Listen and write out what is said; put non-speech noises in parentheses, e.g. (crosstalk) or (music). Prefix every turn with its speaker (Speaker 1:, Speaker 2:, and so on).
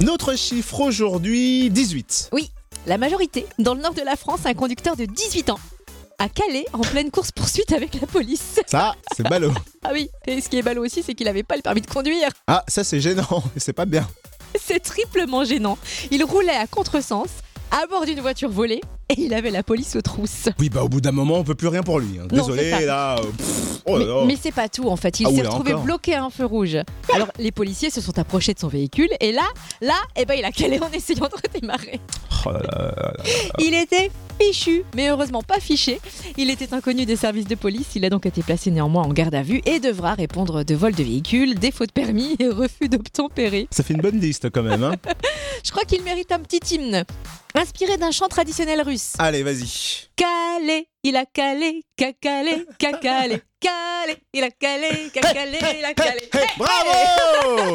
Speaker 1: Notre chiffre aujourd'hui, 18.
Speaker 2: Oui, la majorité. Dans le nord de la France, un conducteur de 18 ans a calé en pleine course-poursuite avec la police.
Speaker 1: Ça, c'est ballot.
Speaker 2: Ah oui, et ce qui est ballot aussi, c'est qu'il n'avait pas le permis de conduire. (laughs)
Speaker 1: Ah, ça c'est gênant, (laughs) c'est pas bien.
Speaker 2: C'est triplement gênant. Il roulait à contresens, à bord d'une voiture volée, et il avait la police aux trousses.
Speaker 1: Oui, bah au bout d'un moment, on peut plus rien pour lui. hein.
Speaker 2: Non,
Speaker 1: Désolé,
Speaker 2: c'est ça.
Speaker 1: là. euh, pff, oh là
Speaker 2: mais
Speaker 1: là.
Speaker 2: mais c'est pas tout en fait. Il
Speaker 1: Ah
Speaker 2: s'est
Speaker 1: oula,
Speaker 2: retrouvé
Speaker 1: encore.
Speaker 2: bloqué à un feu rouge. Alors les policiers se sont approchés de son véhicule et là, là, eh ben il a calé en essayant de redémarrer.
Speaker 1: Oh là là là là.
Speaker 2: Il était fichu, mais heureusement pas fiché. Il était inconnu des services de police. Il a donc été placé néanmoins en garde à vue et devra répondre de vol de véhicule, défaut de permis et refus d'obtempérer.
Speaker 1: Ça fait une bonne liste quand même. hein.
Speaker 2: (laughs) Je crois qu'il mérite un petit hymne. Inspiré d'un chant traditionnel russe.
Speaker 1: Allez, vas-y.
Speaker 2: Calé, il a calé, cacalé, cacalé, calé, il a calé, cacalé, il a calé.
Speaker 1: Hey, bravo